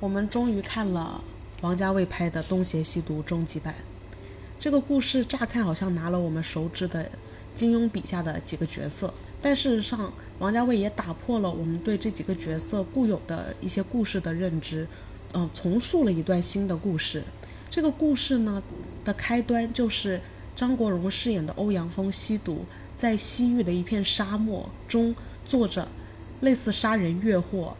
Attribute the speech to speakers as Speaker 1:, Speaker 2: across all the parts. Speaker 1: 我们终于看了王家卫拍的《东邪西毒》终极版。这个故事乍看好像拿了我们熟知的金庸笔下的几个角色，但事实上，王家卫也打破了我们对这几个角色固有的一些故事的认知，嗯、呃，重塑了一段新的故事。这个故事呢的开端就是张国荣饰演的欧阳锋吸毒，在西域的一片沙漠中做着类似杀人越货、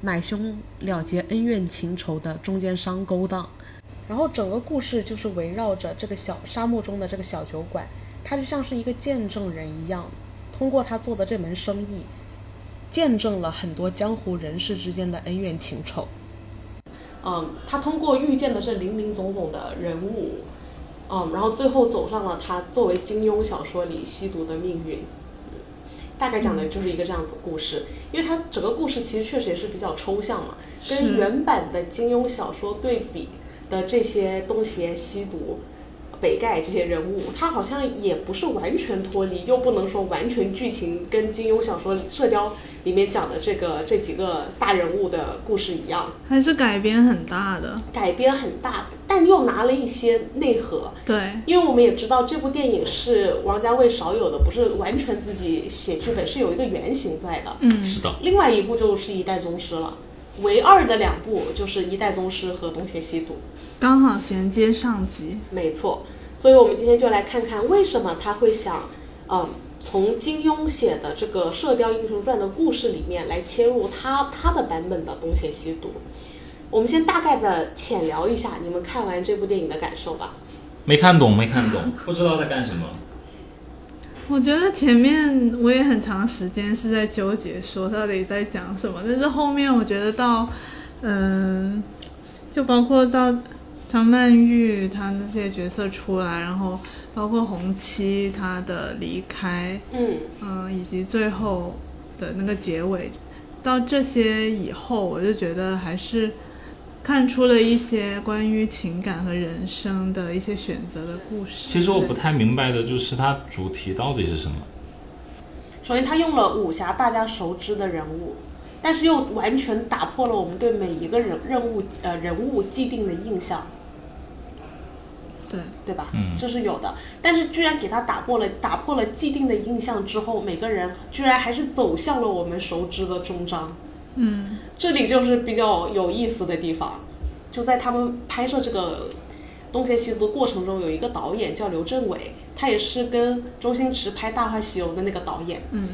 Speaker 1: 买凶了结恩怨情仇的中间商勾当。然后整个故事就是围绕着这个小沙漠中的这个小酒馆，他就像是一个见证人一样，通过他做的这门生意，见证了很多江湖人士之间的恩怨情仇。嗯，他通过遇见的这零零总总的人物，嗯，然后最后走上了他作为金庸小说里吸毒的命运。嗯大概讲的就是一个这样子的故事，因为它整个故事其实确实也是比较抽象嘛，
Speaker 2: 是
Speaker 1: 跟原版的金庸小说对比，的这些东邪西毒、北丐这些人物，他好像也不是完全脱离，又不能说完全剧情跟金庸小说《射雕》里面讲的这个这几个大人物的故事一样，
Speaker 2: 还是改编很大的。
Speaker 1: 改编很大，但又拿了一些内核。
Speaker 2: 对，
Speaker 1: 因为我们也知道这部电影是王家卫少有的，不是完全自己写剧本，是有一个原型在的。
Speaker 2: 嗯，
Speaker 3: 是的，
Speaker 1: 另外一部就是《一代宗师》了，唯二的两部就是《一代宗师》和《东邪西毒》。
Speaker 2: 刚好衔接上集。
Speaker 1: 没错，所以我们今天就来看看为什么他会想，呃，从金庸写的这个《射雕英雄传》的故事里面来切入他他的版本的东邪西毒。我们先大概的浅聊一下你们看完这部电影的感受吧。
Speaker 3: 没看懂，没看懂， 不知道在干什么。
Speaker 2: 我觉得前面我也很长时间是在纠结说到底在讲什么，但是后面我觉得到，嗯、就包括到张曼玉她那些角色出来，然后包括红七她的离开，
Speaker 1: 嗯
Speaker 2: 嗯，以及最后的那个结尾，到这些以后，我就觉得还是看出了一些关于情感和人生的一些选择的故事。
Speaker 3: 其实我不太明白的就是它主题到底是什么。
Speaker 1: 首先他用了武侠大家熟知的人物，但是又完全打破了我们对每一个人任务呃人物既定的印象。
Speaker 2: 对，
Speaker 1: 对吧？
Speaker 3: 嗯
Speaker 1: 这是有的。但是居然给他打破了打破了既定的印象之后，每个人居然还是走向了我们熟知的终章。
Speaker 2: 嗯，
Speaker 1: 这里就是比较有意思的地方，就在他们拍摄这个东邪西毒的过程中，有一个导演叫刘镇伟，他也是跟周星驰拍《大话西游》的那个导演。
Speaker 2: 嗯，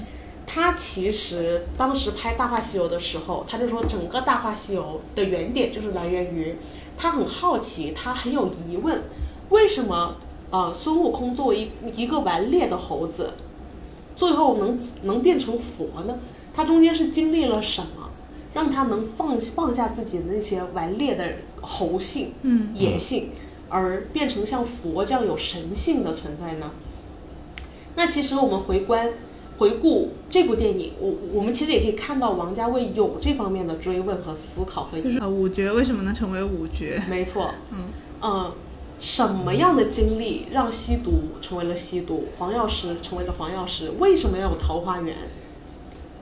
Speaker 1: 他其实当时拍《大话西游》的时候，他就说整个《大话西游》的原点就是来源于他很好奇，他很有疑问，为什么呃孙悟空作为一一个顽劣的猴子，最后能能变成佛呢？他中间是经历了什么，让他能放放下自己的那些顽劣的猴性、
Speaker 2: 嗯、
Speaker 1: 野性，而变成像佛这样有神性的存在呢？那其实我们回观回顾这部电影，我我们其实也可以看到王家卫有这方面的追问和思考和疑
Speaker 2: 就是呃五绝为什么能成为五绝？
Speaker 1: 没错，
Speaker 2: 嗯
Speaker 1: 呃，什么样的经历让吸毒成为了吸毒，黄药师成为了黄药师？为什么要有桃花源？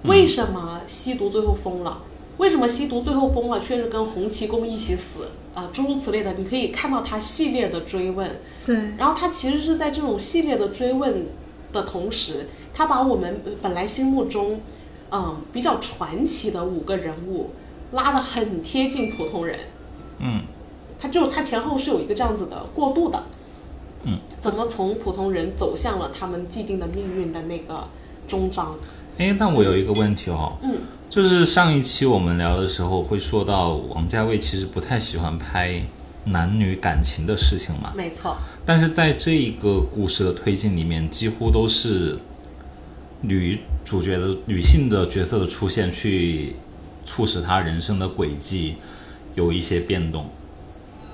Speaker 1: 为什么吸毒最后疯了？为什么吸毒最后疯了，却是跟洪七公一起死？啊、诸如此类的，你可以看到他系列的追问。
Speaker 2: 对，
Speaker 1: 然后他其实是在这种系列的追问的同时，他把我们本来心目中，嗯，比较传奇的五个人物拉得很贴近普通人。
Speaker 3: 嗯，
Speaker 1: 它就它前后是有一个这样子的过渡的，
Speaker 3: 嗯，
Speaker 1: 怎么从普通人走向了他们既定的命运的那个终章？
Speaker 3: 诶，但我有一个问题哦，
Speaker 1: 嗯，
Speaker 3: 就是上一期我们聊的时候会说到王家卫其实不太喜欢拍男女感情的事情嘛，
Speaker 1: 没错，
Speaker 3: 但是在这一个故事的推进里面，几乎都是女主角的女性的角色的出现，去促使她人生的轨迹有一些变动。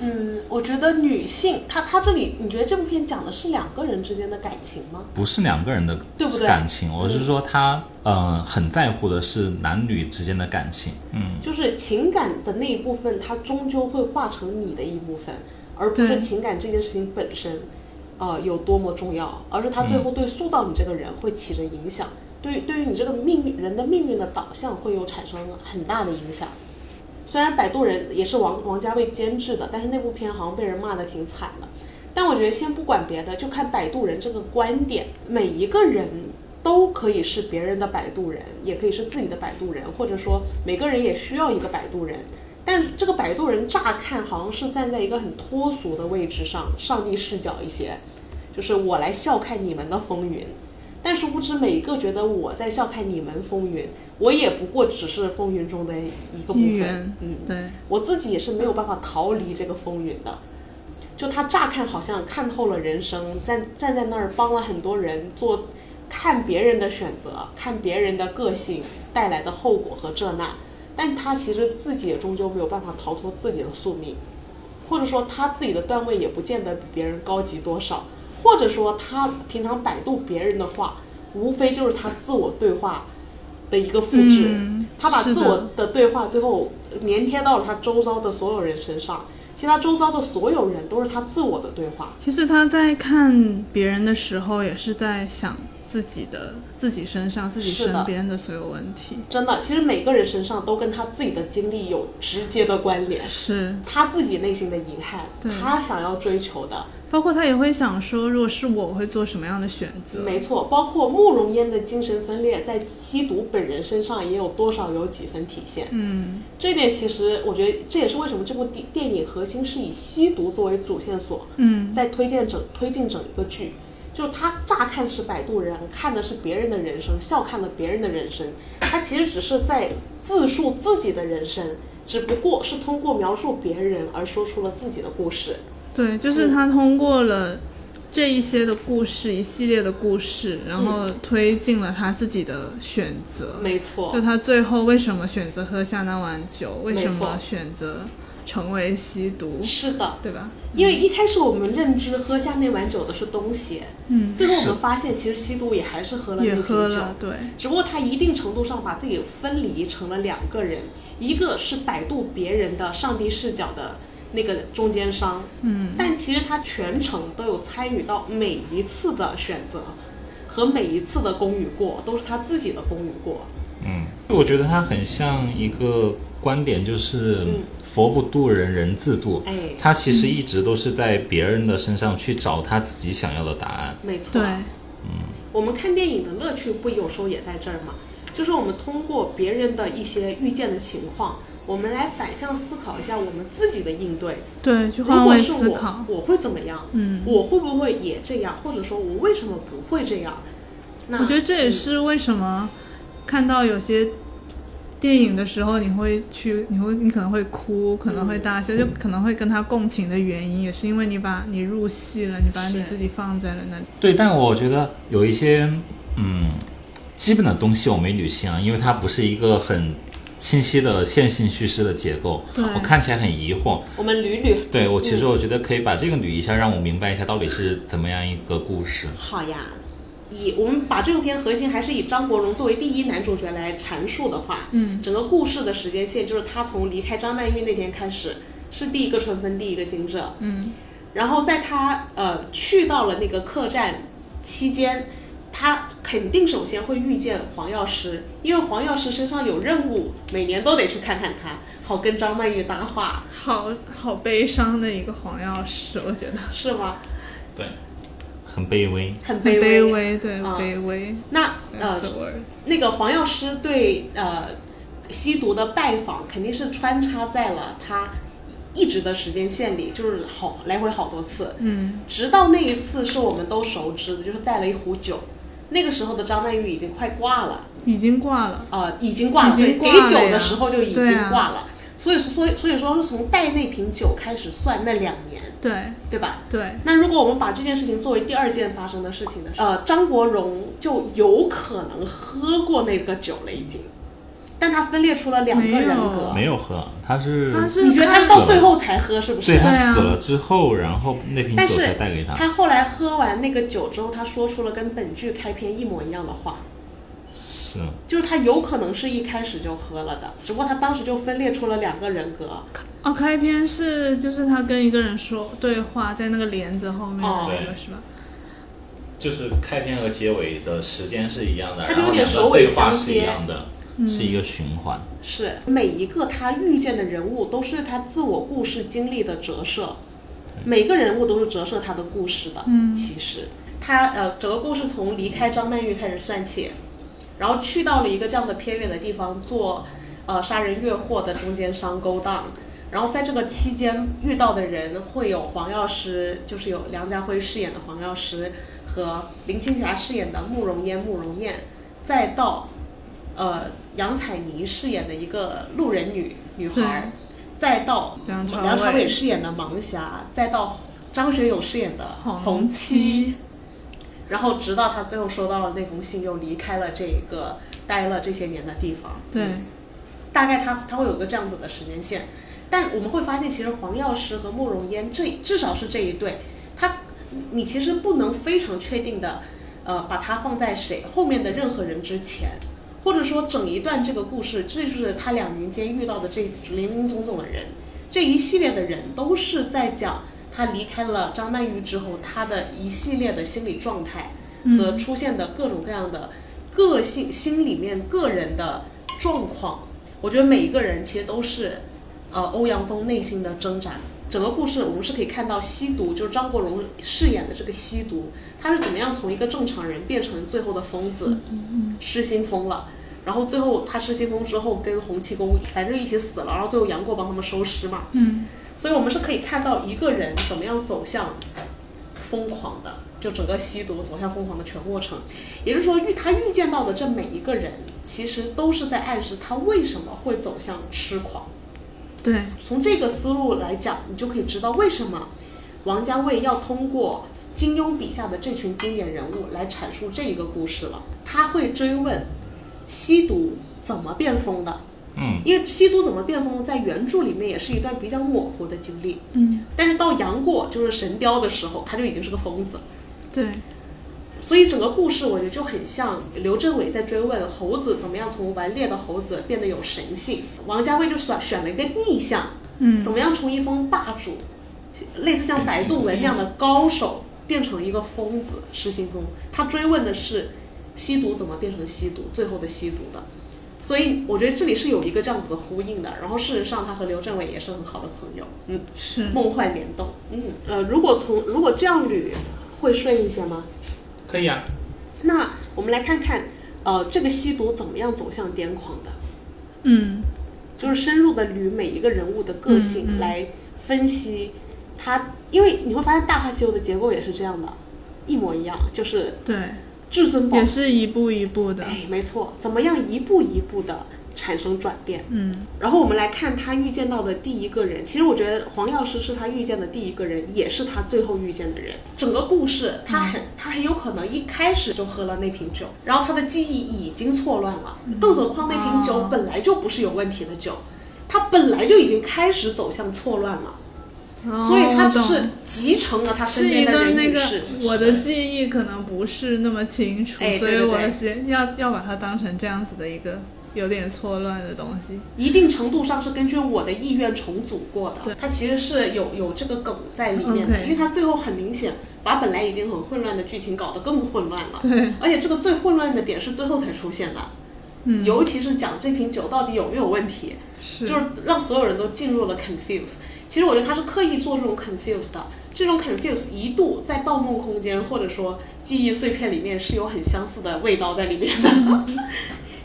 Speaker 1: 嗯，我觉得女性，她她这里，你觉得这部片讲的是两个人之间的感情吗？
Speaker 3: 不是两个人的
Speaker 1: 对不对嗯
Speaker 3: 感情，我是说他呃很在乎的是男女之间的感情。嗯，
Speaker 1: 就是情感的那一部分，它终究会化成你的一部分，而不是
Speaker 2: 对
Speaker 1: 情感这件事情本身，呃，有多么重要，而是它最后对塑造你这个人会起着影响，对于对于你这个命运人的命运的导向会有产生很大的影响。虽然《摆渡人》也是王王家卫监制的，但是那部片好像被人骂的挺惨的。但我觉得先不管别的，就看《摆渡人》这个观点，每一个人都可以是别人的摆渡人，也可以是自己的摆渡人，或者说每个人也需要一个摆渡人。但是这个摆渡人乍看好像是站在一个很脱俗的位置上，上帝视角一些，就是我来笑看你们的风云。但是不知每一个觉得我在笑看你们风云，我也不过只是风云中的一个部
Speaker 2: 一
Speaker 1: 分
Speaker 2: 员。
Speaker 1: 嗯，
Speaker 2: 对，
Speaker 1: 我自己也是没有办法逃离这个风云的。就他乍看好像看透了人生，站站在那儿帮了很多人做，看别人的选择，看别人的个性带来的后果和这那，但他其实自己也终究没有办法逃脱自己的宿命，或者说他自己的段位也不见得比别人高级多少，或者说他平常百度别人的话，无非就是他自我对话的一个复制。
Speaker 2: 嗯
Speaker 1: 他把
Speaker 2: 是
Speaker 1: 自
Speaker 2: 的
Speaker 1: 我的对话最后粘贴到了他周遭的所有人身上。其实他周遭的所有人都是他自我的对话。
Speaker 2: 其实他在看别人的时候，也是在想自己的、自己身上、自己
Speaker 1: 是的
Speaker 2: 身边的所有问题。
Speaker 1: 真的，其实每个人身上都跟他自己的经历有直接的关联，
Speaker 2: 是，
Speaker 1: 他自己内心的遗憾，
Speaker 2: 对
Speaker 1: 他想要追求的，
Speaker 2: 包括他也会想说，如果是我，我会做什么样的选择？
Speaker 1: 没错。包括慕容嫣的精神分裂，在吸毒本人身上也有多少有几分体现。
Speaker 2: 嗯，
Speaker 1: 这一点其实我觉得这也是为什么这部电电影核心是以吸毒作为主线索，
Speaker 2: 嗯，
Speaker 1: 在推荐整推进整一个剧，就是他乍看是摆渡人，看的是别人的人生，笑看了别人的人生，他其实只是在自述自己的人生，只不过是通过描述别人而说出了自己的故事。
Speaker 2: 对，
Speaker 1: 嗯
Speaker 2: 就是他通过了这一些的故事，一系列的故事，然后推进了他自己的选择。
Speaker 1: 嗯没错
Speaker 2: 就，他最后为什么选择喝下那碗酒？为什
Speaker 1: 没错
Speaker 2: 么选择成为吸毒？
Speaker 1: 是的，
Speaker 2: 对吧？
Speaker 1: 因为一开始我们认知喝下那碗酒的是东邪，
Speaker 2: 嗯，
Speaker 1: 最后我
Speaker 3: 是
Speaker 1: 们发现其实吸毒也还是喝了那
Speaker 2: 也
Speaker 1: 瓶
Speaker 2: 喝
Speaker 1: 酒。
Speaker 2: 了，对，
Speaker 1: 只不过他一定程度上把自己分离成了两个人，一个是摆渡别人的上帝视角的那个中间商，
Speaker 2: 嗯，
Speaker 1: 但其实他全程都有参与到每一次的选择和每一次的功与过，都是他自己的功与过。
Speaker 3: 嗯，我觉得它很像一个观点，就是
Speaker 1: 嗯
Speaker 3: 佛不渡人，人自渡。
Speaker 1: 哎，
Speaker 3: 他其实一直都是在别人的身上去找他自己想要的答案。
Speaker 1: 没错，
Speaker 2: 对，
Speaker 1: 我们看电影的乐趣不有时候也在这儿嘛，就是我们通过别人的一些遇见的情况，我们来反向思考一下我们自己的应对。
Speaker 2: 对，去
Speaker 1: 如
Speaker 2: 换
Speaker 1: 果
Speaker 2: 位
Speaker 1: 是
Speaker 2: 思
Speaker 1: 我
Speaker 2: 考，，
Speaker 1: 我会怎么样？
Speaker 2: 嗯。
Speaker 1: 我会不会也这样，或者说我为什么不会这样？那
Speaker 2: 我觉得这也是为什么看到有些电影的时候，你会去，你会，你可能会哭，可能会大笑，就可能会跟他共情的原因，也是因为你把你入戏了，你把
Speaker 1: 是
Speaker 2: 你自己放在了那里。
Speaker 3: 对，但我觉得有一些嗯基本的东西我没捋清啊，因为它不是一个很清晰的线性叙事的结构，
Speaker 2: 对
Speaker 3: 我看起来很疑惑。
Speaker 1: 我们捋捋，
Speaker 3: 对我其实
Speaker 1: 嗯
Speaker 3: 我觉得可以把这个捋一下，让我明白一下到底是怎么样一个故事。
Speaker 1: 好呀。以我们把这部片核心还是以张国荣作为第一男主角来阐述的话，
Speaker 2: 嗯，
Speaker 1: 整个故事的时间线就是他从离开张曼玉那天开始，是第一个春分，第一个惊蛰，
Speaker 2: 嗯，
Speaker 1: 然后在他呃去到了那个客栈期间，他肯定首先会遇见黄药师，因为黄药师身上有任务，每年都得去看看他，好跟张曼玉搭话，
Speaker 2: 好好悲伤的一个黄药师，我觉得
Speaker 1: 是吗？
Speaker 3: 对，很卑微。
Speaker 1: 很
Speaker 2: 很
Speaker 1: 卑微。
Speaker 2: 卑微，对，
Speaker 1: 啊
Speaker 2: 卑微。
Speaker 1: 那
Speaker 2: That's
Speaker 1: 呃，
Speaker 2: the word
Speaker 1: 那个黄药师对呃吸毒的拜访，肯定是穿插在了他一直的时间线里，就是好来回好多次，
Speaker 2: 嗯，
Speaker 1: 直到那一次是我们都熟知的，就是带了一壶酒。那个时候的张曼玉已经快挂了，
Speaker 2: 已经挂了。
Speaker 1: 呃，已经挂了，
Speaker 2: 已
Speaker 1: 对
Speaker 2: 经挂了
Speaker 1: 给酒的
Speaker 2: 呀
Speaker 1: 时候就已
Speaker 2: 对
Speaker 1: 经
Speaker 2: 啊
Speaker 1: 挂了。所以，所以，所以说是从带那瓶酒开始算那两年，
Speaker 2: 对
Speaker 1: 对吧？
Speaker 2: 对，
Speaker 1: 那如果我们把这件事情作为第二件发生的事情的时候，呃，张国荣就有可能喝过那个酒了，已经，但他分裂出了两个人格
Speaker 3: 没。有喝，啊他是
Speaker 2: 他是
Speaker 1: 你觉得他
Speaker 2: 看
Speaker 1: 到最后才喝是不
Speaker 3: 对
Speaker 1: 是？
Speaker 3: 他
Speaker 2: 对啊
Speaker 3: 死了之后，然后那瓶
Speaker 1: 但
Speaker 3: 酒
Speaker 1: 是
Speaker 3: 才带给他。
Speaker 1: 他后来喝完那个酒之后，他说出了跟本剧开篇一模一样的话，
Speaker 3: 是，啊
Speaker 1: 就是他有可能是一开始就喝了的，只不过他当时就分裂出了两个人格。
Speaker 2: 哦，开篇是就是他跟一个人说对话，在那个帘子后面
Speaker 1: 哦
Speaker 2: 的那个
Speaker 3: 对
Speaker 2: 是吧？
Speaker 3: 就是开篇和结尾的时间是一样的
Speaker 1: 他就有点首尾相接嗯
Speaker 3: 的。是一个循环。
Speaker 1: 是每一个他遇见的人物都是他自我故事经历的折射，每个人物都是折射他的故事的。嗯，其实他呃，整个故事从离开张曼玉开始算起，然后去到了一个这样的偏远的地方做呃杀人越货的中间商勾当。然后在这个期间遇到的人会有黄药师，就是有梁家辉饰演的黄药师和林青霞饰演的慕容嫣、慕容燕，再到呃杨采妮饰演的一个路人女女孩儿，再到
Speaker 2: 梁朝伟
Speaker 1: 梁朝伟饰演的盲侠，再到张学友饰演的
Speaker 2: 红
Speaker 1: 红七，然后直到他最后收到了那封信，又离开了这一个待了这些年的地方。
Speaker 2: 对，
Speaker 1: 大概它它会有个这样子的时间线，但我们会发现，其实黄药师和慕容嫣这至少是这一对，他你其实不能非常确定的，呃，把它放在谁后面的任何人之前，或者说整一段这个故事，这就是他两年间遇到的这林林总总的人，这一系列的人都是在讲他离开了张曼玉之后，他的一系列的心理状态和出现的各种各样的个性、心里面个人的状况。我觉得每一个人其实都是，呃，欧阳锋内心的挣扎。整个故事我们是可以看到吸毒，就是张国荣饰演的这个吸毒，他是怎么样从一个正常人变成最后的疯子，失心疯了。然后最后他失心疯之后跟洪七公反正一起死了，然后最后杨过帮他们收尸嘛。
Speaker 2: 嗯，
Speaker 1: 所以我们是可以看到一个人怎么样走向疯狂的，就整个吸毒走向疯狂的全过程。也就是说，遇他遇见到的这每一个人，其实都是在暗示他为什么会走向痴狂。
Speaker 2: 对，
Speaker 1: 从这个思路来讲，你就可以知道为什么王家卫要通过金庸笔下的这群经典人物来阐述这一个故事了。他会追问吸毒怎么变疯的，
Speaker 3: 嗯，
Speaker 1: 因为吸毒怎么变疯，在原著里面也是一段比较模糊的经历。
Speaker 2: 嗯，
Speaker 1: 但是到杨过就是神雕的时候，他就已经是个疯子了。
Speaker 2: 对，
Speaker 1: 所以整个故事我觉得就很像刘镇伟在追问猴子怎么样从顽劣的猴子变得有神性，王家卫就选选了一个逆向，
Speaker 2: 嗯
Speaker 1: 怎么样从一方霸主，类似像白度文那样的高手变成一个疯子失心疯，他追问的是吸毒怎么变成吸毒，最后的吸毒的。所以我觉得这里是有一个这样子的呼应的，然后事实上他和刘镇伟也是很好的朋友，嗯，
Speaker 2: 是
Speaker 1: 梦幻联动，嗯，呃，如果从如果这样捋会顺一些吗？
Speaker 3: 可以啊。
Speaker 1: 那我们来看看，呃，这个吸毒怎么样走向癫狂的，
Speaker 2: 嗯，
Speaker 1: 就是深入的捋每一个人物的个性、来分析他，因为你会发现《大话西游》的结构也是这样的，一模一样，就是
Speaker 2: 对，
Speaker 1: 至尊宝
Speaker 2: 也，是一步一步的，
Speaker 1: 哎，没错，怎么样一步一步的产生转变。
Speaker 2: 嗯，
Speaker 1: 然后我们来看他遇见到的第一个人，其实我觉得黄药师是他遇见的第一个人，也是他最后遇见的人。整个故事，他
Speaker 2: 嗯
Speaker 1: 很、他很有可能一开始就喝了那瓶酒，然后他的记忆已经错乱了，
Speaker 2: 嗯
Speaker 1: 更何况那瓶
Speaker 2: 啊
Speaker 1: 酒本来就不是有问题的酒，他本来就已经开始走向错乱了，
Speaker 2: 哦
Speaker 1: 所以他
Speaker 2: 我
Speaker 1: 只
Speaker 2: 懂
Speaker 1: 是集成了他身
Speaker 2: 是一
Speaker 1: 边的
Speaker 2: 个
Speaker 1: 人
Speaker 2: 那
Speaker 1: 与
Speaker 2: 个
Speaker 1: 事。
Speaker 2: 我的记忆可能不是那么清楚，
Speaker 1: 哎对
Speaker 2: 所以
Speaker 1: 对对
Speaker 2: 我先要要把它当成这样子的一个有点错乱的东西。
Speaker 1: 一定程度上是根据我的意愿重组过的，它其实是有有这个梗在里面的
Speaker 2: OK
Speaker 1: 因为它最后很明显把本来已经很混乱的剧情搞得更混乱了，
Speaker 2: 对，
Speaker 1: 而且这个最混乱的点是最后才出现的，
Speaker 2: 嗯，
Speaker 1: 尤其是讲这瓶酒到底有没有问题，
Speaker 2: 是
Speaker 1: 就是让所有人都进入了 confuse。其实我觉得他是刻意做这种 confuse 的，这种 confuse 一度在《盗梦空间》或者说《记忆碎片》里面是有很相似的味道在里面的，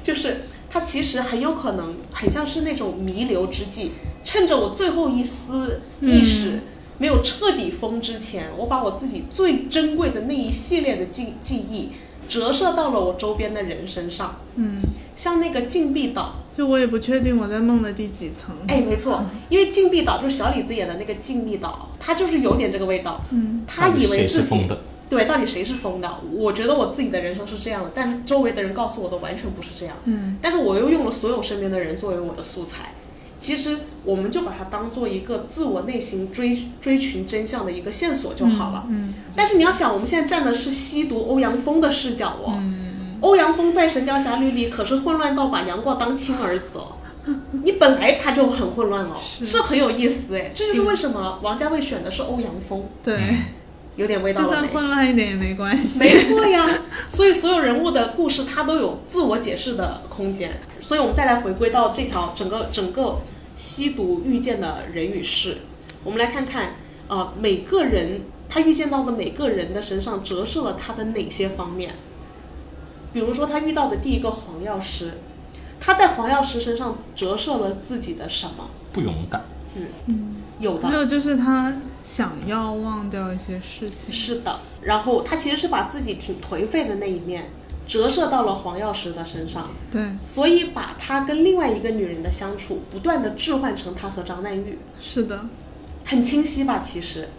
Speaker 1: 就是他其实很有可能很像是那种弥留之际，趁着我最后一丝意识。没有彻底疯之前，我把我自己最珍贵的那一系列的记记忆折射到了我周边的人身上。
Speaker 2: 嗯，
Speaker 1: 像那个禁闭岛，
Speaker 2: 就我也不确定我在梦的第几层。
Speaker 1: 哎，没
Speaker 2: 嗯
Speaker 1: 错，因为禁闭岛就是小李子演的那个禁闭岛，他就是有点这个味道。
Speaker 2: 嗯，
Speaker 1: 他以
Speaker 3: 谁
Speaker 1: 为
Speaker 3: 是
Speaker 1: 自
Speaker 3: 疯
Speaker 1: 己
Speaker 3: 的？
Speaker 1: 对，到底谁是疯的？我觉得我自己的人生是这样的，但周围的人告诉我的完全不是这样。
Speaker 2: 嗯，
Speaker 1: 但是我又用了所有身边的人作为我的素材。其实我们就把它当做一个自我内心追追寻真相的一个线索就好了。
Speaker 2: 嗯，
Speaker 1: 但是你要想，我们现在站的是吸毒欧阳锋的视角
Speaker 2: 嗯
Speaker 1: 哦。欧阳锋在《神雕侠侣》里可是混乱到把杨过当亲儿子哦。你本来他就很混乱哦，
Speaker 2: 是
Speaker 1: 是很有意思哎，这就是为什么王家卫选的是欧阳锋。
Speaker 2: 对，
Speaker 1: 有点味道
Speaker 2: 就
Speaker 1: 了
Speaker 2: 算
Speaker 1: 没？
Speaker 2: 混乱一点也没关系。
Speaker 1: 没错呀，所以所有人物的故事它都有自我解释的空间。所以我们再来回归到这条整个整个吸毒遇见的人与事，我们来看看，呃，每个人他遇见到的每个人的身上折射了他的哪些方面。比如说，他遇到的第一个黄药师，他在黄药师身上折射了自己的什么？
Speaker 3: 不勇敢，
Speaker 1: 有的
Speaker 2: 还嗯有就是他想要忘掉一些事情，
Speaker 1: 是的，然后他其实是把自己挺颓废的那一面折射到了黄药师的身上，
Speaker 2: 对，
Speaker 1: 所以把他跟另外一个女人的相处不断的置换成他和张曼玉，
Speaker 2: 是的，
Speaker 1: 很清晰吧？其实，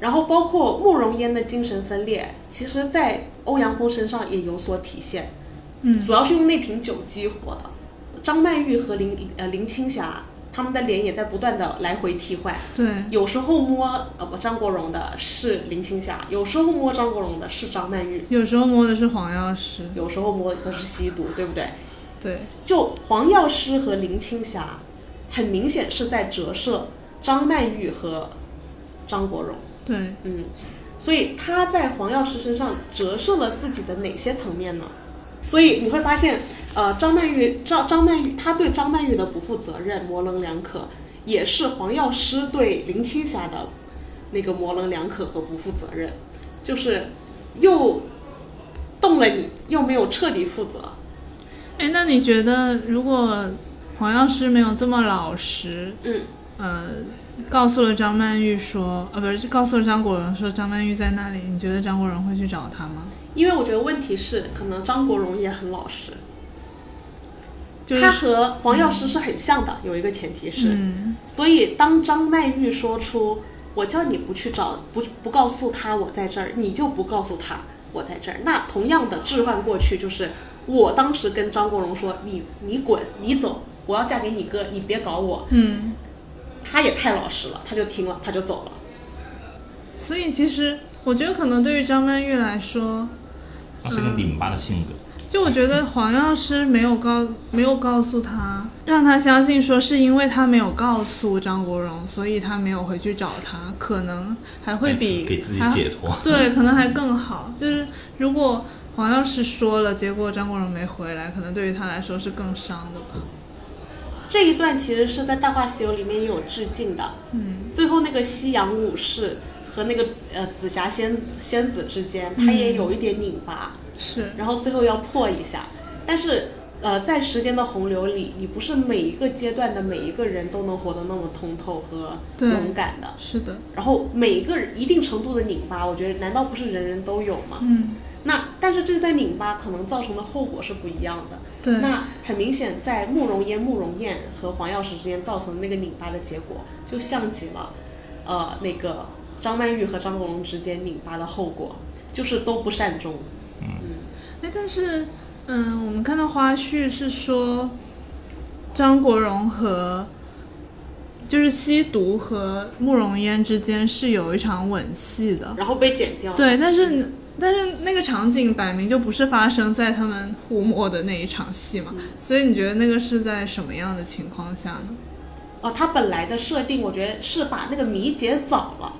Speaker 1: 然后包括慕容嫣的精神分裂，其实，在欧阳锋身上也有所体现，
Speaker 2: 嗯，
Speaker 1: 主要是用那瓶酒激活的。张曼玉和林呃林青霞他们的脸也在不断的来回替换，
Speaker 2: 对，
Speaker 1: 有时候摸呃不张国荣的是林青霞，有时候摸张国荣的是张曼玉，
Speaker 2: 有时候摸的是黄药师，
Speaker 1: 有时候摸的是吸毒，对不对？
Speaker 2: 对，
Speaker 1: 就黄药师和林青霞，很明显是在折射张曼玉和张国荣。
Speaker 2: 对，
Speaker 1: 嗯，所以他在黄药师身上折射了自己的哪些层面呢？所以你会发现，呃，张曼玉张张曼玉，她对张曼玉的不负责任、模棱两可，也是黄药师对林青霞的那个模棱两可和不负责任，就是又动了你，又没有彻底负责。
Speaker 2: 哎，那你觉得如果黄药师没有这么老实，
Speaker 1: 嗯，
Speaker 2: 呃，告诉了张曼玉说，呃，不是，就告诉了张国荣说张曼玉在那里，你觉得张国荣会去找他吗？
Speaker 1: 因为我觉得问题是，可能张国荣也很老实，
Speaker 2: 就是
Speaker 1: 他
Speaker 2: 说
Speaker 1: 和黄药师是很像的，有一个前提是，
Speaker 2: 嗯，
Speaker 1: 所以当张曼玉说出“我叫你不去找，不不告诉他我在这儿，你就不告诉他我在这儿”，那同样的置换过去就是，我当时跟张国荣说：“你你滚，你走，我要嫁给你哥，你别搞我。
Speaker 2: 嗯，”
Speaker 1: 他也太老实了，他就听了，他就走了。
Speaker 2: 所以其实我觉得可能对于张曼玉来说，
Speaker 3: 那是个拧巴的性格。
Speaker 2: 就我觉得黄药师没有告没有告诉他，让他相信说是因为他没有告诉张国荣，所以他没有回去找他，可能还会比
Speaker 3: 哎给自己
Speaker 2: 还
Speaker 3: 解脱。
Speaker 2: 对，可能还更好。就是如果黄药师说了，结果张国荣没回来，可能对于他来说是更伤的吧。
Speaker 1: 这一段其实是在《大话西游》里面也有致敬的。嗯，最后那个西洋武士和那个呃紫霞仙子仙子之间，他也有一点拧巴。
Speaker 2: 是，
Speaker 1: 然后最后要破一下。但是，呃，在时间的洪流里，你不是每一个阶段的每一个人都能活得那么通透和
Speaker 2: 对
Speaker 1: 勇敢的。
Speaker 2: 是的，
Speaker 1: 然后每一个人一定程度的拧巴，我觉得难道不是人人都有吗？
Speaker 2: 嗯，
Speaker 1: 那但是这段拧巴可能造成的后果是不一样的。
Speaker 2: 对，
Speaker 1: 那很明显，在慕容嫣、慕容燕和黄药师之间造成的那个拧巴的结果，就像极了，呃，那个张曼玉和张国荣之间拧巴的后果，就是都不善终。
Speaker 2: 哎，但是，嗯，我们看到花絮是说，张国荣和就是吸毒和慕容嫣之间是有一场吻戏的，
Speaker 1: 然后被剪掉了。
Speaker 2: 对，但是但是那个场景摆明就不是发生在他们互摸的那一场戏嘛，所以你觉得那个是在什么样的情况下呢？
Speaker 1: 哦，它本来的设定，我觉得是把那个谜解早了。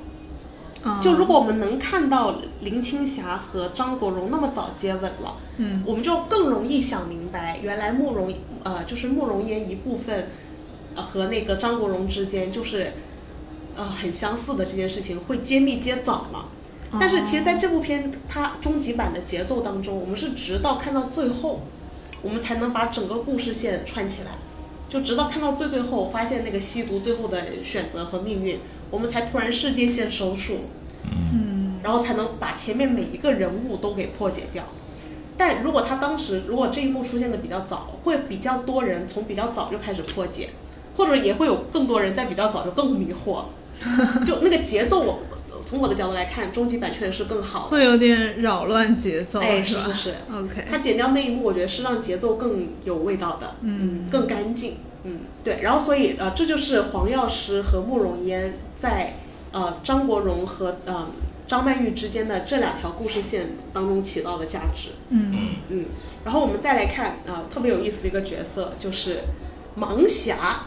Speaker 2: 啊
Speaker 1: 就如果我们能看到林青霞和张国荣那么早接吻了，
Speaker 2: 嗯，
Speaker 1: 我们就更容易想明白，原来慕容呃，就是慕容嫣一部分、呃、和那个张国荣之间就是呃很相似的这件事情会揭秘揭早了。但是其实，在这部片它终极版的节奏当中，我们是直到看到最后，我们才能把整个故事线串起来，就直到看到最最后，发现那个吸毒最后的选择和命运，我们才突然世界线收束，嗯，然后才能把前面每一个人物都给破解掉。但如果他当时如果这一幕出现的比较早，会比较多人从比较早就开始破解，或者也会有更多人在比较早就更迷 惑，就那个节奏我。从我的角度来看，终极版确实是更好的。
Speaker 2: 会有点扰乱节奏，
Speaker 1: 哎，
Speaker 2: 是
Speaker 1: 是
Speaker 2: 吧
Speaker 1: 是是，
Speaker 2: OK，
Speaker 1: 他剪掉那一幕，我觉得是让节奏更有味道的，嗯，更干净，嗯，对。然后所以呃，这就是黄药师和慕容嫣在呃张国荣和呃张曼玉之间的这两条故事线当中起到的价值，
Speaker 2: 嗯，
Speaker 1: 嗯。然后我们再来看啊、呃特别有意思的一个角色就是盲侠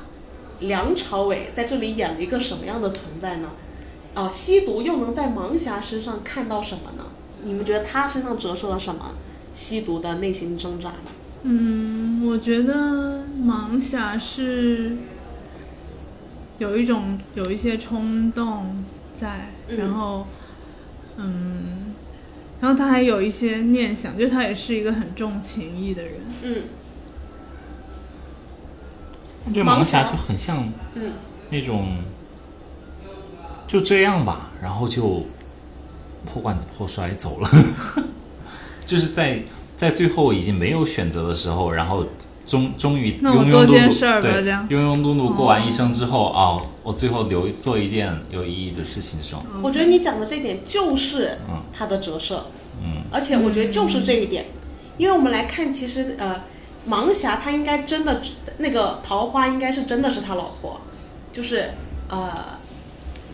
Speaker 1: 梁朝伟在这里演了一个什么样的存在呢？呃，吸毒又能在盲侠身上看到什么呢？你们觉得他身上折射了什么吸毒的内心挣扎呢？
Speaker 2: 嗯，我觉得盲侠是有一种有一些冲动在，
Speaker 1: 嗯
Speaker 2: 然后，嗯，然后他还有一些念想，就他也是一个很重情义的人。
Speaker 1: 嗯，
Speaker 3: 我觉得
Speaker 1: 盲
Speaker 3: 盲侠
Speaker 1: 侠
Speaker 3: 就很像，
Speaker 1: 嗯，
Speaker 3: 那种就这样吧，然后就破罐子破摔走了， 就是在在最后已经没有选择的时候，然后终终于
Speaker 2: 那我
Speaker 3: 庸庸
Speaker 2: 做
Speaker 3: 碌
Speaker 2: 件
Speaker 3: 碌
Speaker 2: 事儿吧
Speaker 3: 对
Speaker 2: 这样
Speaker 3: 庸庸碌碌过完一生之后，哦，我最后留做一件有意义的事情，这种，
Speaker 1: 我觉得你讲的这点就是他的折射，
Speaker 3: 嗯，
Speaker 1: 而且我觉得就是这一点，因为我们来看，其实呃，盲侠他应该真的那个桃花应该是真的是他老婆，就是呃，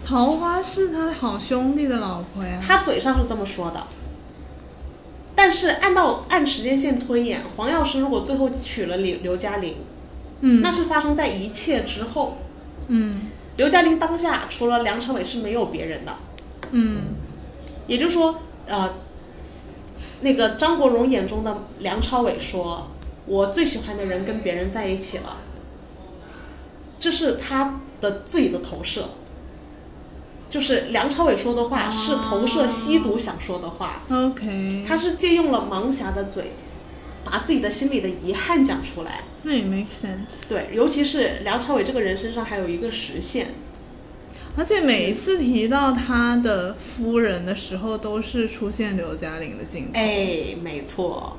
Speaker 2: 桃花是他好兄弟的老婆呀，
Speaker 1: 他嘴上是这么说的，但是按到按时间线推演，黄药师如果最后娶了刘刘嘉玲，
Speaker 2: 嗯
Speaker 1: 那是发生在一切之后。
Speaker 2: 嗯
Speaker 1: 刘嘉玲当下除了梁朝伟是没有别人的，
Speaker 2: 嗯
Speaker 1: 也就是说，呃，那个张国荣眼中的梁朝伟说：“我最喜欢的人跟别人在一起了。”这是他的自己的投射，就是梁朝伟说的话是投射吸毒想说的话，
Speaker 2: 嗯，OK，
Speaker 1: 他是借用了盲侠的嘴，把自己的心里的遗憾讲出来。
Speaker 2: 那也 make sense。
Speaker 1: 对，尤其是梁朝伟这个人身上还有一个实线，
Speaker 2: 而且每一次提到他的夫人的时候，都是出现刘嘉玲的镜头。
Speaker 1: 哎，没错，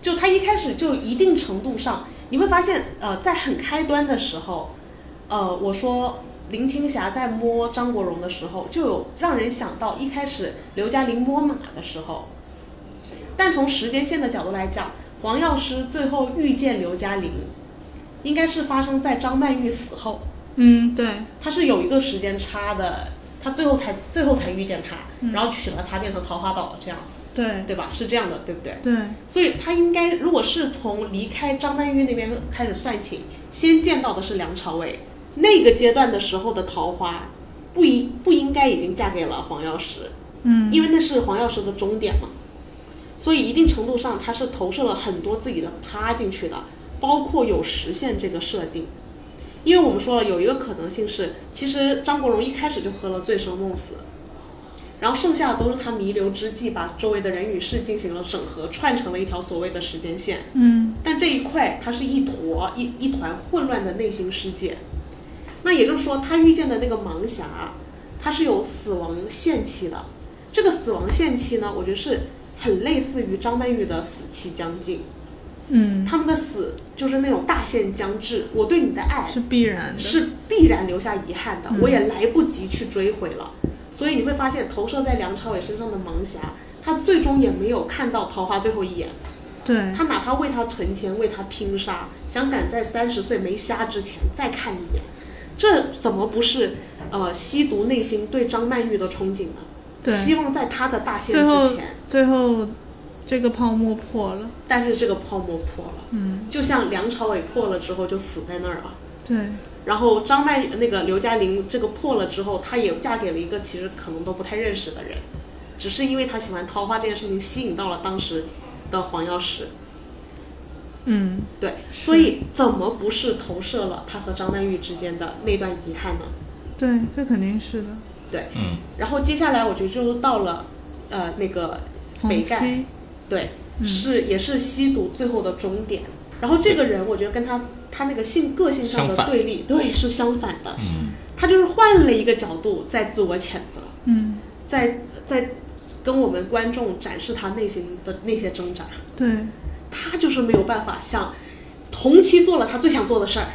Speaker 1: 就他一开始就一定程度上，你会发现，呃，在很开端的时候，呃，我说林青霞在摸张国荣的时候，就有让人想到一开始刘嘉玲摸马的时候，但从时间线的角度来讲，黄药师最后遇见刘嘉玲，应该是发生在张曼玉死后。
Speaker 2: 嗯，对，
Speaker 1: 他是有一个时间差的，他最后才最后才遇见他，然后娶了她，变成桃花岛这样，
Speaker 2: 对，
Speaker 1: 对吧？是这样的，对不对？
Speaker 2: 对，
Speaker 1: 所以他应该如果是从离开张曼玉那边开始算起，先见到的是梁朝伟那个阶段的时候的桃花，不一不应该已经嫁给了黄药师，
Speaker 2: 嗯，
Speaker 1: 因为那是黄药师的终点嘛。所以一定程度上，他是投射了很多自己的趴进去的，包括有实现这个设定。因为我们说了，有一个可能性是，其实张国荣一开始就喝了醉生梦死，然后剩下的都是他弥留之际，把周围的人与事进行了整合，串成了一条所谓的时间线。
Speaker 2: 嗯，
Speaker 1: 但这一块它是一坨一一团混乱的内心世界。那也就是说，他遇见的那个盲侠，他是有死亡限期的。这个死亡限期呢，我觉得是很类似于张曼玉的死期将近，
Speaker 2: 嗯，
Speaker 1: 他们的死就是那种大限将至，我对你的爱
Speaker 2: 是必然的。，
Speaker 1: 是必然留下遗憾的，我也
Speaker 2: 嗯
Speaker 1: 来不及去追回了。所以你会发现，投射在梁朝伟身上的盲侠，他最终也没有看到桃花最后一眼。
Speaker 2: 对，
Speaker 1: 他哪怕为他存钱，为他拼杀，想赶在三十岁没瞎之前再看一眼，这怎么不是呃吸毒内心对张曼玉的憧憬呢？希
Speaker 2: 对，
Speaker 1: 望在他的大限
Speaker 2: 最后
Speaker 1: 之前，
Speaker 2: 最后这个泡沫破了。
Speaker 1: 但是这个泡沫破了，
Speaker 2: 嗯，
Speaker 1: 就像梁朝伟破了之后就死在那儿了。
Speaker 2: 对，
Speaker 1: 然后张曼那个刘嘉玲这个破了之后，她也嫁给了一个其实可能都不太认识的人，只是因为她喜欢桃花这件事情吸引到了当时的黄药师。
Speaker 2: 嗯，
Speaker 1: 对，所以怎么不是投射了他和张曼玉之间的那段遗憾呢？
Speaker 2: 对，这肯定是的。
Speaker 3: 嗯，
Speaker 1: 然后接下来我觉得就到了，呃，那个
Speaker 2: 红
Speaker 1: 北丐
Speaker 2: 七，
Speaker 1: 对，是也是吸毒最后的终点。然后这个人，我觉得跟他他那个性个性上的
Speaker 3: 相反
Speaker 1: 对立，对，是相反的。
Speaker 3: 嗯
Speaker 1: 他就是换了一个角度在自我谴责，
Speaker 2: 嗯，
Speaker 1: 在在跟我们观众展示他内心的那些挣扎。
Speaker 2: 对。
Speaker 1: 他就是没有办法像同期做了他最想做的事儿，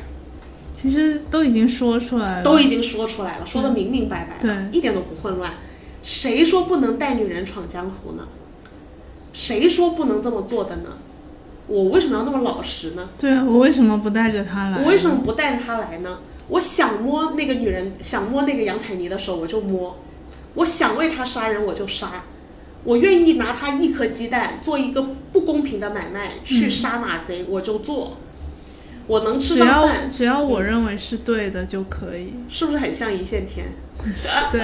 Speaker 2: 其实都已经说出来了，
Speaker 1: 都已经说出来了，说的明明白白的，
Speaker 2: 嗯对
Speaker 1: 一点都不混乱。谁说不能带女人闯江湖呢？谁说不能这么做的呢？我为什么要那么老实呢？
Speaker 2: 对啊，我为什么不带着他来？
Speaker 1: 我为什么不带着她来呢？我想摸那个女人，想摸那个杨采妮的手，我就摸；我想为她杀人，我就杀。我愿意拿她一颗鸡蛋做一个不公平的买卖，去杀马贼，我就做。我能吃
Speaker 2: 只
Speaker 1: 上
Speaker 2: 要
Speaker 1: 饭，
Speaker 2: 只要我认为是对的就可以。
Speaker 1: 是不是很像一线天？啊
Speaker 2: 对，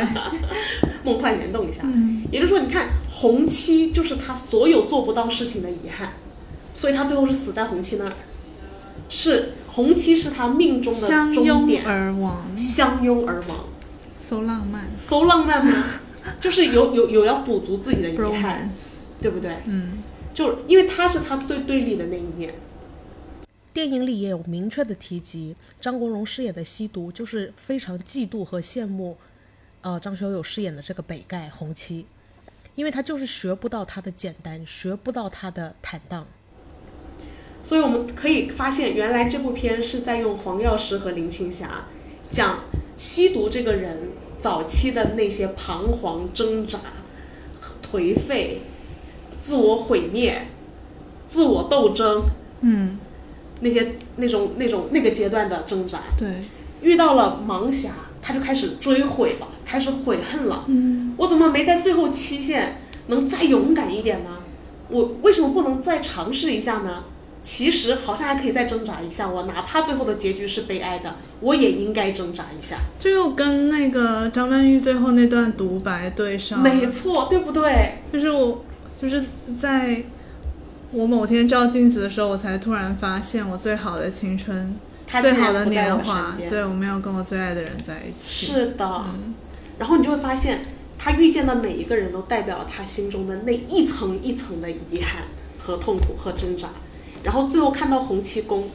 Speaker 1: 梦幻联动一下。
Speaker 2: 嗯
Speaker 1: 也就是说，你看红七就是他所有做不到事情的遗憾，所以他最后是死在红七那儿。是红七是他命啊中的
Speaker 2: 相
Speaker 1: 终
Speaker 2: 拥
Speaker 1: 点，
Speaker 2: 而亡
Speaker 1: 相拥而亡
Speaker 2: ，so 浪漫
Speaker 1: ，so 浪漫吗？ 就是有有有要补足自己的遗憾，
Speaker 2: ，romance，
Speaker 1: 对不对？
Speaker 2: 嗯，
Speaker 1: 就因为他是他最对立的那一面。电影里也有明确的提及，张国荣饰演的吸毒就是非常嫉妒和羡慕，呃，张学友饰演的这个北丐红七，因为他就是学不到他的简单，学不到他的坦荡。所以我们可以发现，原来这部片是在用黄药师和林青霞讲吸毒这个人早期的那些彷徨、挣扎、颓废、自我毁灭、自我斗争，
Speaker 2: 嗯，
Speaker 1: 那些那种那种那个阶段的挣扎，
Speaker 2: 对，
Speaker 1: 遇到了盲侠，他就开始追悔了，开始悔恨了。
Speaker 2: 嗯，
Speaker 1: 我怎么没在最后期限能再勇敢一点呢？我为什么不能再尝试一下呢？其实好像还可以再挣扎一下，我哪怕最后的结局是悲哀的，我也应该挣扎一下。
Speaker 2: 就又跟那个张曼玉最后那段独白对上，
Speaker 1: 没错，对不对？
Speaker 2: 就是我就是在我某天照镜子的时候，我才突然发现我最好的青春、
Speaker 1: 他
Speaker 2: 最
Speaker 1: 竟
Speaker 2: 好
Speaker 1: 然
Speaker 2: 的
Speaker 1: 不在
Speaker 2: 年
Speaker 1: 我身
Speaker 2: 华，
Speaker 1: 边。
Speaker 2: 对我没有跟我最爱的人在一起，
Speaker 1: 是的，然后你就会发现，他遇见的每一个人都代表了他心中的那一层一层的遗憾和痛苦和挣扎，然后最后看到洪七公，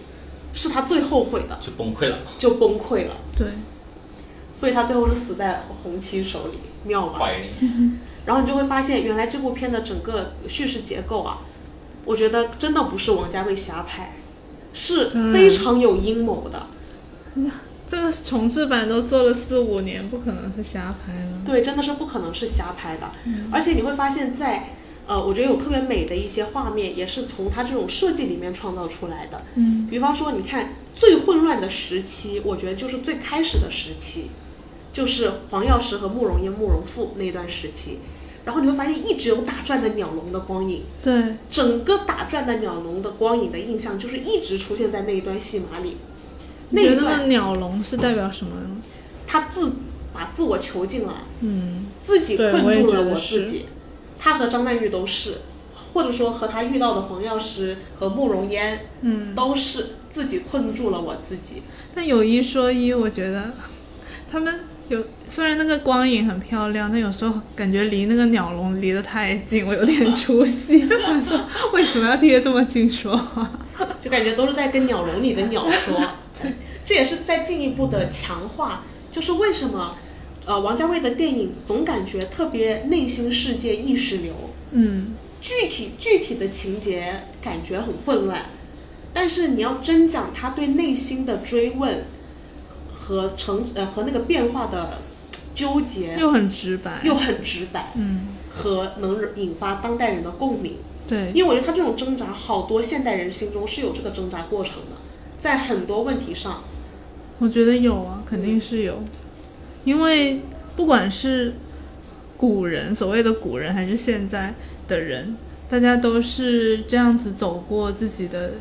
Speaker 1: 是他最后悔的，
Speaker 3: 就崩溃了，
Speaker 1: 就崩溃了，
Speaker 2: 对，
Speaker 1: 所以他最后是死在洪七手里，妙吧？
Speaker 3: 怀你。
Speaker 1: 然后你就会发现，原来这部片的整个叙事结构啊，我觉得真的不是王家卫瞎拍，是非常有阴谋的。
Speaker 2: 这个重制版都做了四五年，不可能是瞎拍了。
Speaker 1: 对，真的是不可能是瞎拍的。
Speaker 2: 嗯
Speaker 1: 而且你会发现在，呃，我觉得有特别美的一些画面，也是从它这种设计里面创造出来的。
Speaker 2: 嗯，
Speaker 1: 比方说，你看最混乱的时期，我觉得就是最开始的时期，就是黄药师和慕容嫣、慕容复那段时期。然后你会发现，一直有打转的鸟笼的光影，
Speaker 2: 对，
Speaker 1: 整个打转的鸟笼的光影的印象，就是一直出现在那一段戏码里。那
Speaker 2: 你觉
Speaker 1: 一
Speaker 2: 得那
Speaker 1: 段
Speaker 2: 个鸟笼是代表什么？
Speaker 1: 他自把自我囚禁了，
Speaker 2: 嗯，
Speaker 1: 自己困
Speaker 2: 对
Speaker 1: 住
Speaker 2: 我也觉
Speaker 1: 了
Speaker 2: 得
Speaker 1: 我自己。他和张曼玉都是，或者说和他遇到的黄药师和慕容嫣，
Speaker 2: 嗯，
Speaker 1: 都是自己困住了我自己。
Speaker 2: 但有一说一，我觉得 他们有虽然那个光影很漂亮，但有时候感觉离那个鸟笼离得太近，我有点出戏。我想说为什么要贴这么近说话？
Speaker 1: 就感觉都是在跟鸟笼里的鸟 说。这也是在进一步的强化，就是为什么，呃，王家卫的电影总感觉特别内心世界意识流，
Speaker 2: 嗯，
Speaker 1: 具体具体的情节感觉很混乱，但是你要真讲他对内心的追问和成呃和那个变化的纠结，
Speaker 2: 又很直白，
Speaker 1: 又很直白，
Speaker 2: 嗯，
Speaker 1: 和能引发当代人的共鸣。
Speaker 2: 对，
Speaker 1: 因为我觉得他这种挣扎，好多现代人心中是有这个挣扎过程的，在很多问题上，
Speaker 2: 我觉得有啊，肯定是有，因为不管是古人所谓的古人，还是现在的人，大家都是这样子走过自己的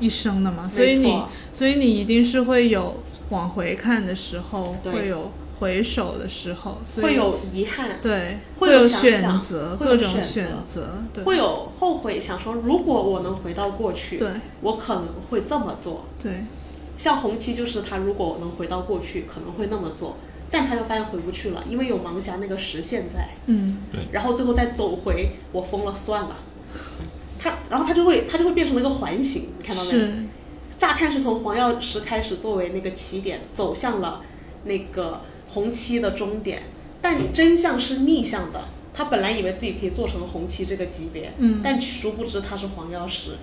Speaker 2: 一生的嘛，所以
Speaker 1: 没
Speaker 2: 你
Speaker 1: 错
Speaker 2: 所以你一定是会有往回看的时候，
Speaker 1: 对
Speaker 2: 会有回首的时候，所以
Speaker 1: 会有遗憾，
Speaker 2: 对，
Speaker 1: 会
Speaker 2: 会
Speaker 1: 有想
Speaker 2: 选
Speaker 1: 想
Speaker 2: 择，
Speaker 1: 会有
Speaker 2: 各种
Speaker 1: 选择
Speaker 2: 择，对，
Speaker 1: 会有后悔，想说如果我能回到过去，
Speaker 2: 对
Speaker 1: 我可能会这么做。
Speaker 2: 对
Speaker 1: 像红旗就是他，如果能回到过去，可能会那么做，但他又发现回不去了，因为有盲侠那个时限在，
Speaker 2: 嗯，
Speaker 1: 然后最后再走回我疯了算了，他然后他就会他就会变成了一个环形，你看到没有？
Speaker 2: 是
Speaker 1: 乍看是从黄药师开始作为那个起点，走向了那个红旗的终点，但真相是逆向的。他本来以为自己可以做成红旗这个级别，
Speaker 2: 嗯
Speaker 1: 但殊不知他是黄药师，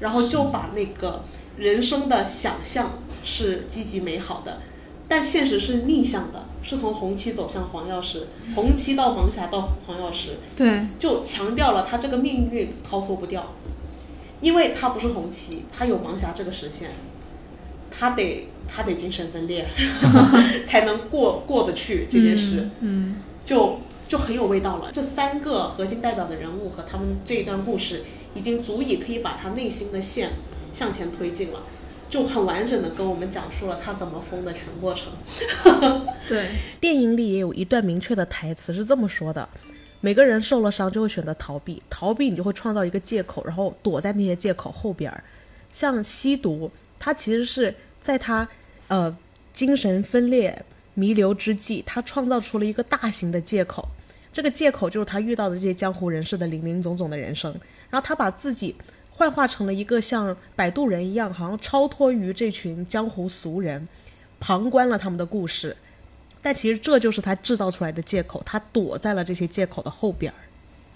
Speaker 1: 然后就把那个人生的想象是积极美好的，但现实是逆向的，是从红旗走向黄药师，红旗到盲侠到黄药师，
Speaker 2: 对，
Speaker 1: 就强调了他这个命运逃脱不掉，因为他不是红旗，他有盲侠这个时限，他得他得精神分裂 才能过过得去这件事，
Speaker 2: 嗯，嗯
Speaker 1: 就就很有味道了。这三个核心代表的人物和他们这一段故事，已经足以可以把他内心的线向前推进了。就很完整的跟我们讲述了他怎么疯的全过程。
Speaker 2: 对，
Speaker 1: 电影里也有一段明确的台词是这么说的：每个人受了伤就会选择逃避，逃避你就会创造一个借口，然后躲在那些借口后边儿。像吸毒，他其实是在他呃精神分裂弥留之际，他创造出了一个大型的借口。这个借口就是他遇到的这些江湖人士的林林总总的人生，然后他把自己幻化成了一个像摆渡人一样，好像超脱于这群江湖俗人，旁观了他们的故事。但其实这就是他制造出来的借口，他躲在了这些借口的后边儿。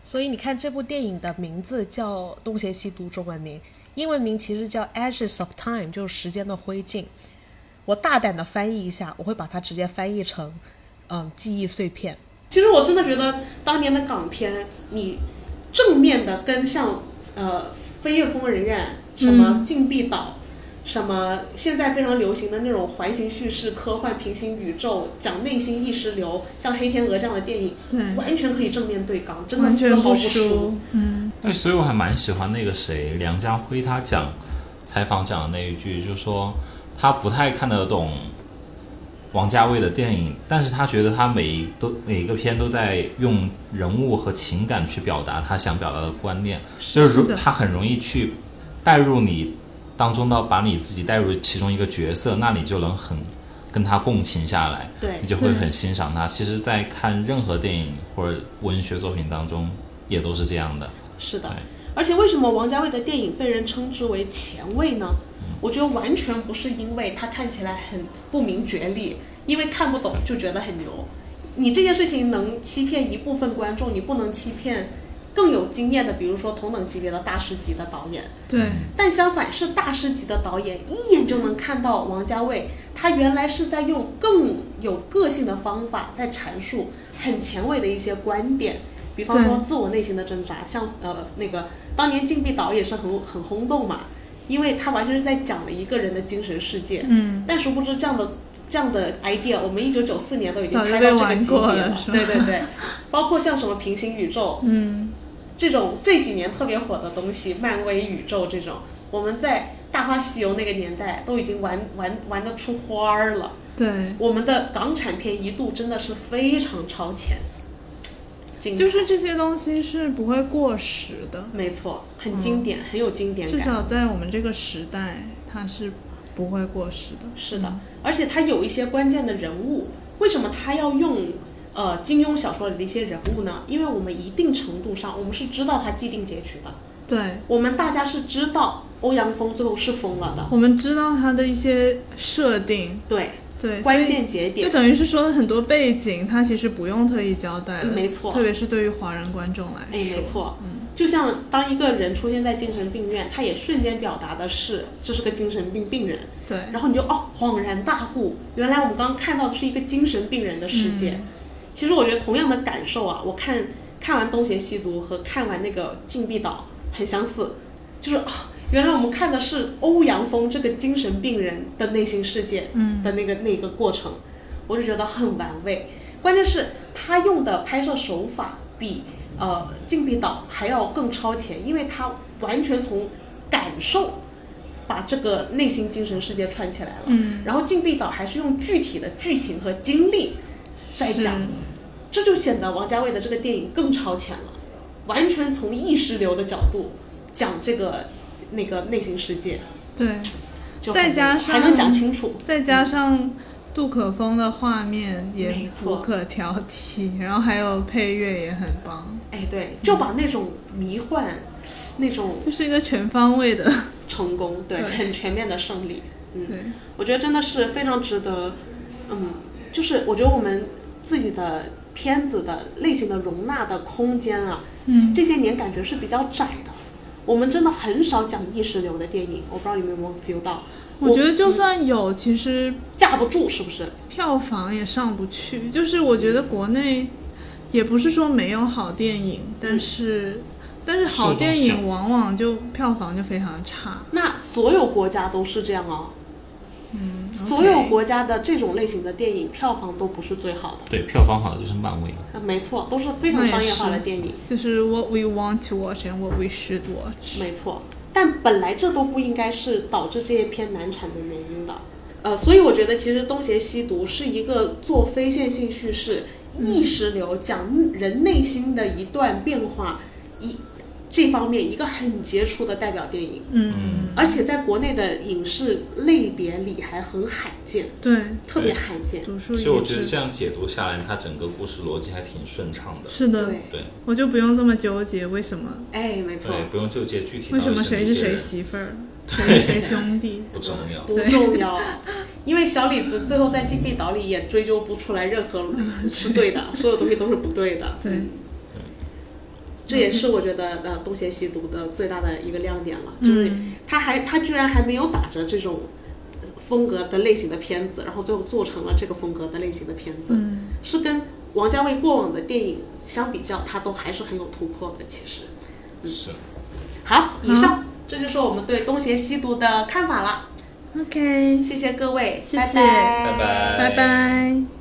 Speaker 1: 所以你看，这部电影的名字叫《东邪西毒》，中文名，英文名其实叫《Ashes of Time》，就是时间的灰烬。我大胆的翻译一下，我会把它直接翻译成，嗯，记忆碎片。其实我真的觉得当年的港片，你正面的跟像呃《飞越疯人院》、什么《禁闭岛》、什么现在非常流行的那种环形叙事、科幻平行宇宙、讲内心意识流，像《黑天鹅》这样的电影，
Speaker 2: 对
Speaker 1: 完全可以正面对刚，真的
Speaker 2: 完
Speaker 1: 丝
Speaker 2: 全
Speaker 1: 毫不输
Speaker 2: 输。。嗯，
Speaker 3: 对，所以我还蛮喜欢那个谁梁家辉他讲采访讲的那一句，就是说他不太看得懂王家卫的电影，但是他觉得他每一都每一个片都在用人物和情感去表达他想表达的观念，就是如
Speaker 2: 是的
Speaker 3: 他很容易去带入你当中到把你自己带入其中一个角色，那你就能很跟他共情下来。
Speaker 1: 对
Speaker 3: 你，就会很欣赏他。其实，在看任何电影或者文学作品当中，也都是这样的。
Speaker 1: 是的
Speaker 3: 对。
Speaker 1: 而且为什么王家卫的电影被人称之为前卫呢？我觉得完全不是因为他看起来很不明觉厉，因为看不懂就觉得很牛。你这件事情能欺骗一部分观众，你不能欺骗更有经验的，比如说同等级别的大师级的导演。
Speaker 2: 对，
Speaker 1: 但相反，是大师级的导演一眼就能看到王家卫，他原来是在用更有个性的方法在阐述很前卫的一些观点，比方说
Speaker 2: 对
Speaker 1: 自我内心的挣扎，像呃那个当年《禁闭岛》也是很很轰动嘛，因为他完全是在讲了一个人的精神世界，
Speaker 2: 嗯，
Speaker 1: 但殊不知这样的这样的 idea，我们一九九四年都已经
Speaker 2: 早就
Speaker 1: 拍
Speaker 2: 被
Speaker 1: 到这个
Speaker 2: 玩
Speaker 1: 级别
Speaker 2: 过
Speaker 1: 了
Speaker 2: 了是吧
Speaker 1: 对对对，包括像什么平行宇宙，
Speaker 2: 嗯，
Speaker 1: 这种这几年特别火的东西，漫威宇宙这种，我们在《大话西游》那个年代都已经玩玩玩得出花儿了。
Speaker 2: 对，
Speaker 1: 我们的港产片一度真的是非常超前，精彩
Speaker 2: 就是这些东西是不会过时的，
Speaker 1: 没错，很经典，很有经典
Speaker 2: 至
Speaker 1: 感。
Speaker 2: 少在我嗯们这个时代，它是不会过时的。嗯
Speaker 1: 是的，而且他有一些关键的人物，为什么他要用呃金庸小说里的一些人物呢？因为我们一定程度上，我们是知道他既定结局的，
Speaker 2: 对，
Speaker 1: 我们大家是知道欧阳锋最后是疯了的，
Speaker 2: 我们知道它的一些设定，
Speaker 1: 对，
Speaker 2: 对，
Speaker 1: 关
Speaker 2: 所以
Speaker 1: 键节点
Speaker 2: 就。等于是说了很多背景，它其实不用特意交代了，
Speaker 1: 嗯没错
Speaker 2: 特别是对于华人观众来说，
Speaker 1: 哎，没错，嗯，就像当一个人出现在精神病院，他也瞬间表达的是这是个精神病病人，
Speaker 2: 对，
Speaker 1: 然后你就哦恍然大悟，原来我们刚刚看到的是一个精神病人的世界。其实我觉得同样的感受啊，我看看完《东邪西毒》和看完那个《禁闭岛》很相似，就是啊、原来我们看的是欧阳锋这个精神病人的内心世界
Speaker 2: 嗯
Speaker 1: 的那个、那个过程，我就觉得很玩味。关键是他用的拍摄手法比呃《禁闭岛》还要更超前，因为他完全从感受把这个内心精神世界串起来了。
Speaker 2: 嗯，
Speaker 1: 然后《禁闭岛》还是用具体的剧情和经历在
Speaker 2: 是
Speaker 1: 讲，这就显得王家卫的这个电影更超前了，完全从意识流的角度讲这个那个内心世界，
Speaker 2: 对，
Speaker 1: 就
Speaker 2: 再
Speaker 1: 很
Speaker 2: 加
Speaker 1: 还能
Speaker 2: 上
Speaker 1: 讲清楚，
Speaker 2: 再加上杜可风的画面也
Speaker 1: 没错
Speaker 2: 无可挑剔，然后还有配乐也很棒，
Speaker 1: 哎，对，
Speaker 2: 嗯
Speaker 1: 就把那种迷幻、那种
Speaker 2: 就是一个全方位的，
Speaker 1: 成功，对，
Speaker 2: 对
Speaker 1: 很全面的胜利，嗯。
Speaker 2: 对，
Speaker 1: 我觉得真的是非常值得，嗯，就是我觉得我们自己的片子的类型的容纳的空间啊，
Speaker 2: 嗯
Speaker 1: 这些年感觉是比较窄的。我们真的很少讲意识流的电影，我不知道你们有没有 feel 到，
Speaker 2: 我
Speaker 1: 嗯
Speaker 2: 觉得就算有，其实
Speaker 1: 架不住是不是？
Speaker 2: 票房也上不去，就是我觉得国内也不是说没有好电影，但是但
Speaker 1: 嗯
Speaker 2: 是好电
Speaker 3: 受众
Speaker 2: 影往往就票房就非常差。
Speaker 1: 那所有国家都是这样哦，
Speaker 2: 嗯，
Speaker 1: 所有
Speaker 2: OK
Speaker 1: 国家的这种类型的电影票房都不是最好的。
Speaker 3: 对，票房好的就是漫威。
Speaker 1: 啊没错，都是非常
Speaker 2: 那也
Speaker 1: 商业化
Speaker 2: 是
Speaker 1: 的电影。
Speaker 2: 就是 what we want to watch and what we should watch。
Speaker 1: 没错，但本来这都不应该是导致这些片难产的原因的。呃，所以我觉得其实《东邪西毒》是一个做非线性叙事、意识流，讲人内心的一段变化，一这方面一个很杰出的代表电影，
Speaker 2: 嗯，
Speaker 1: 而且在国内的影视类别里还很罕见，
Speaker 2: 对，
Speaker 1: 特别罕见。
Speaker 2: 独树
Speaker 3: 其实我
Speaker 2: 一
Speaker 3: 觉得
Speaker 2: 帜。
Speaker 3: 这样解读下来，它整个故事逻辑还挺顺畅的。
Speaker 2: 是的，
Speaker 1: 对，
Speaker 3: 对
Speaker 2: 我就不用这么纠结，为什么？
Speaker 1: 哎，没错，
Speaker 3: 对，不用纠结具体
Speaker 2: 为
Speaker 3: 到底
Speaker 2: 什么
Speaker 3: 哪
Speaker 2: 谁
Speaker 3: 些
Speaker 2: 是谁
Speaker 3: 人
Speaker 2: 媳妇 儿，谁是谁兄 弟？
Speaker 3: 不重要。
Speaker 1: 不重要， 因为小李子最后在禁闭岛里也追究不出来任 何是对的，所有东西都是不对的。嗯
Speaker 2: 对，
Speaker 1: 这也是我觉得呃东邪西毒的最大的一个亮点了，就是
Speaker 2: 嗯
Speaker 1: 他还他居然还没有打着这种风格的类型的片子，然后最后做成了这个风格的类型的片子，
Speaker 2: 嗯
Speaker 1: 是跟王家卫过往的电影相比较，他都还是很有突破的。其实，
Speaker 3: 是，
Speaker 1: 好，以上、这就是我们对东邪西毒的看法了，
Speaker 2: ，OK，
Speaker 1: 谢谢各位，
Speaker 2: 谢谢
Speaker 1: 拜拜
Speaker 3: 拜拜
Speaker 2: 拜拜。